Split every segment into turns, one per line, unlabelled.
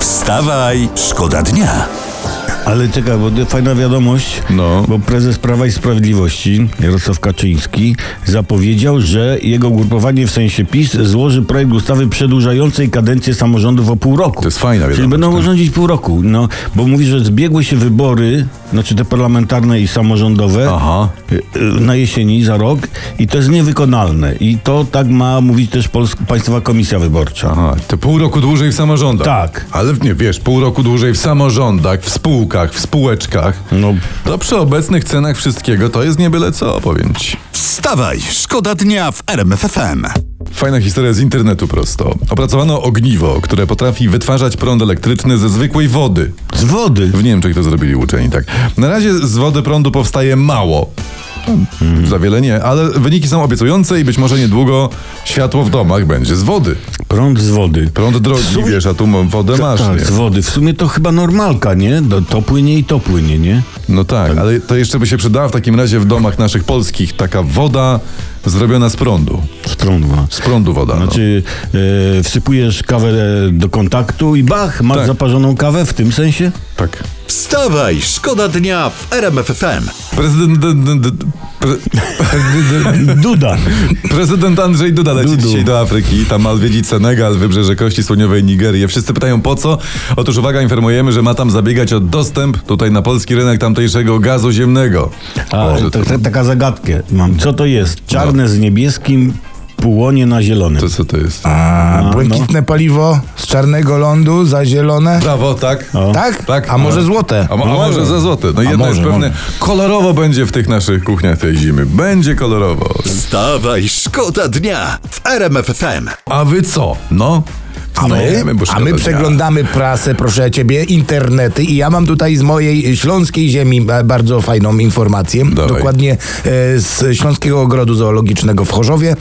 Wstawaj, szkoda dnia.
Ale czekaj, bo to fajna wiadomość,
No.
bo prezes Prawa i Sprawiedliwości Jarosław Kaczyński zapowiedział, że jego ugrupowanie w sensie PiS złoży projekt ustawy przedłużającej kadencję samorządów o pół roku.
To jest fajna
Czyli
wiadomość.
będą
tak?
można rządzić pół roku, no, bo mówi, że zbiegły się wybory, znaczy te parlamentarne i samorządowe
Aha.
y, y, na jesieni za rok i to jest niewykonalne. I to tak ma mówić też Pols- Państwowa Komisja Wyborcza.
Aha, to pół roku dłużej w samorządach.
Tak.
Ale w- nie wiesz, pół roku dłużej w samorządach, w spółkach, w spółeczkach.
No,
To przy obecnych cenach wszystkiego to jest nie byle co, powiem ci.
Wstawaj, szkoda dnia w RMFFM.
Fajna historia z internetu prosto. Opracowano ogniwo, które potrafi wytwarzać prąd elektryczny ze zwykłej wody.
z wody.
W Niemczech to zrobili uczeni, tak. Na razie z wody prądu powstaje mało.
Mhm.
Za wiele nie, ale wyniki są obiecujące i być może niedługo światło w domach będzie z wody.
Prąd z wody.
Prąd drogi,
Słuchaj-
wiesz, a tu mo- wodę masz.
tak,
nie?
z wody. W sumie to chyba normalka, nie? Do, to płynie i to płynie, nie?
No tak, ale to jeszcze by się przydała w takim razie w domach naszych polskich taka woda zrobiona z prądu.
Z prądu. no.
Z prądu woda. No.
Znaczy, e, wsypujesz kawę e, do kontaktu i bach, masz
Tak.
zaparzoną kawę w tym sensie?
Tak.
Wstawaj, szkoda dnia w RMFFM.
Prezydent, d- d- d- pre, prezydent,
Duda.
prezydent Andrzej Duda leci
Dudu.
dzisiaj do Afryki. Tam ma odwiedzić Senegal, wybrzeże Kości Słoniowej, Nigerię. Wszyscy pytają po co? Otóż uwaga, informujemy, że ma tam zabiegać o dostęp tutaj na polski rynek tamtejszego gazu ziemnego.
A,
O,
to,
to,
to, taka zagadkę mam. Co to jest? Czarne z niebieskim, płonie na zielonym.
to co to jest?
A, błękitne paliwo z czarnego lądu, za zielone.
Brawo, tak?
Tak?
Tak.
A może złote?
A, mo- a może za złote. No jedno jest
może,
pewne. Kolorowo będzie w tych naszych kuchniach tej zimy. Będzie kolorowo.
Wstawaj, szkoda dnia w RMFFM.
A wy co? No?
A my,
Wstajemy, bo
a
szkoda
my
dnia.
przeglądamy prasę, proszę ciebie, internety i ja mam tutaj z mojej śląskiej ziemi ba- bardzo fajną informację.
Dawaj.
Dokładnie e, z Śląskiego Ogrodu Zoologicznego w Chorzowie,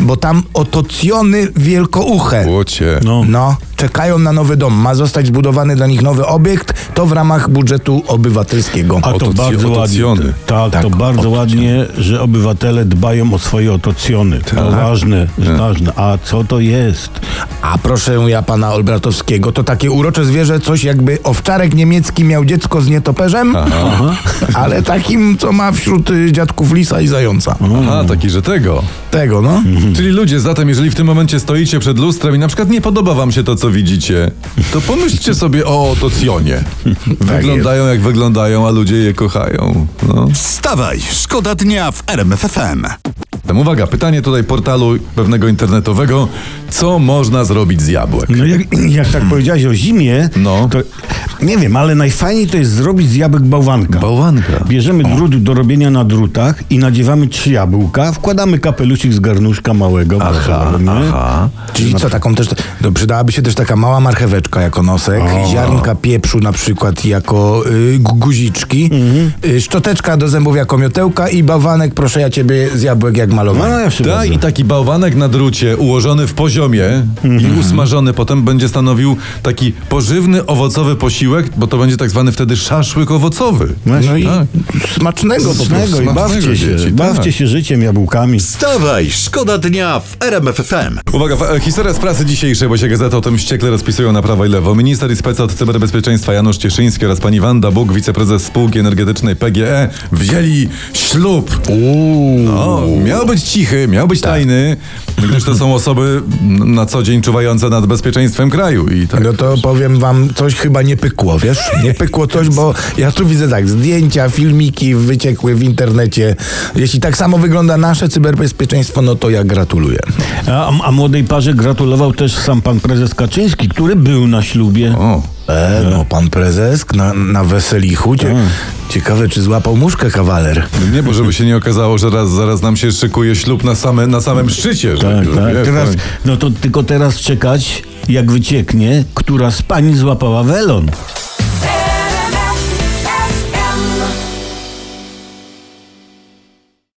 bo tam otocjony wielkouche.
Łocie.
No.
No, czekają na nowy dom. Ma zostać zbudowany dla nich nowy obiekt, to w ramach budżetu obywatelskiego.
A to
Otoc-
bardzo
otocjony.
ładnie. Tak,
Tak,
to bardzo
otocjony.
ładnie, że obywatele dbają o swoje otocjony.
Tak.
To ważne, ważne. A co to jest?
A proszę ja pana Olbratowskiego, to takie urocze zwierzę, coś jakby owczarek niemiecki miał dziecko z nietoperzem, ale takim, co ma wśród y, dziadków lisa i zająca.
Aha, taki, że tego.
Tego, no.
Czyli ludzie, zatem jeżeli w tym momencie stoicie przed lustrem i na przykład nie podoba wam się to, co widzicie, to pomyślcie sobie o Tocjonie.
Tak
Wyglądają jak wyglądają, a ludzie je kochają. No.
Wstawaj, szkoda dnia w RMFFM.
Tam uwaga, pytanie tutaj portalu pewnego internetowego. Co można zrobić z jabłek?
No jak, jak tak powiedziałeś o zimie,
No.
to nie wiem, ale najfajniej to jest zrobić z jabłek bałwanka.
Bałwanka.
Bierzemy drut do robienia na drutach i nadziewamy trzy jabłka, wkładamy kapelusik z garnuszka małego. Aha,
Aha.
Czyli co, taką też, no, przydałaby się też taka mała marcheweczka jako nosek, ziarnka pieprzu na przykład jako y, gu- guziczki, y, szczoteczka do zębów jako miotełka i bałwanek, proszę ja ciebie, z jabłek jak malowany.
No, ja się
Da
bardzo-
i taki bałwanek na drucie ułożony w poziomie i usmażony potem będzie stanowił taki pożywny owocowy posiłek, bo to będzie tak zwany wtedy szaszłyk owocowy.
No i
tak.
smacznego
Smacznego
po prostu.
i
smacznego,
bawcie się,
dzieci, tak.
bawcie się życiem jabłkami.
Wstawaj, szkoda dnia w RMFFM.
Uwaga, fa- e, historia z prasy dzisiejszej, bo się gazety o tym ściekle rozpisują na prawo i lewo. Minister i spec od cyberbezpieczeństwa Janusz Cieszyński oraz pani Wanda Bóg, wiceprezes spółki energetycznej PGE, wzięli ślub. No, miał być cichy, miał
Tak.
być tajny, gdyż to są osoby m, na co dzień czuwające nad bezpieczeństwem kraju i tak.
No to powiem wam, coś chyba nie pykło, wiesz? Nie pykło coś, bo ja tu widzę tak, zdjęcia, filmiki wyciekły w internecie. Jeśli tak samo wygląda nasze cyberbezpieczeństwo, no to ja gratuluję.
A, a młodej parze gratulował też sam pan prezes Kaczyński, który był na ślubie.
O.
E, no pan prezes na, na weselichu. Cie, ciekawe, czy złapał muszkę kawaler.
Nie, bo żeby się nie okazało, że raz, zaraz nam się szykuje ślub na, same, na samym szczycie. że-
Tak,
że-
tak.
wiesz,
Teraz,
tak.
no to tylko teraz czekać, jak wycieknie, która z pań złapała welon.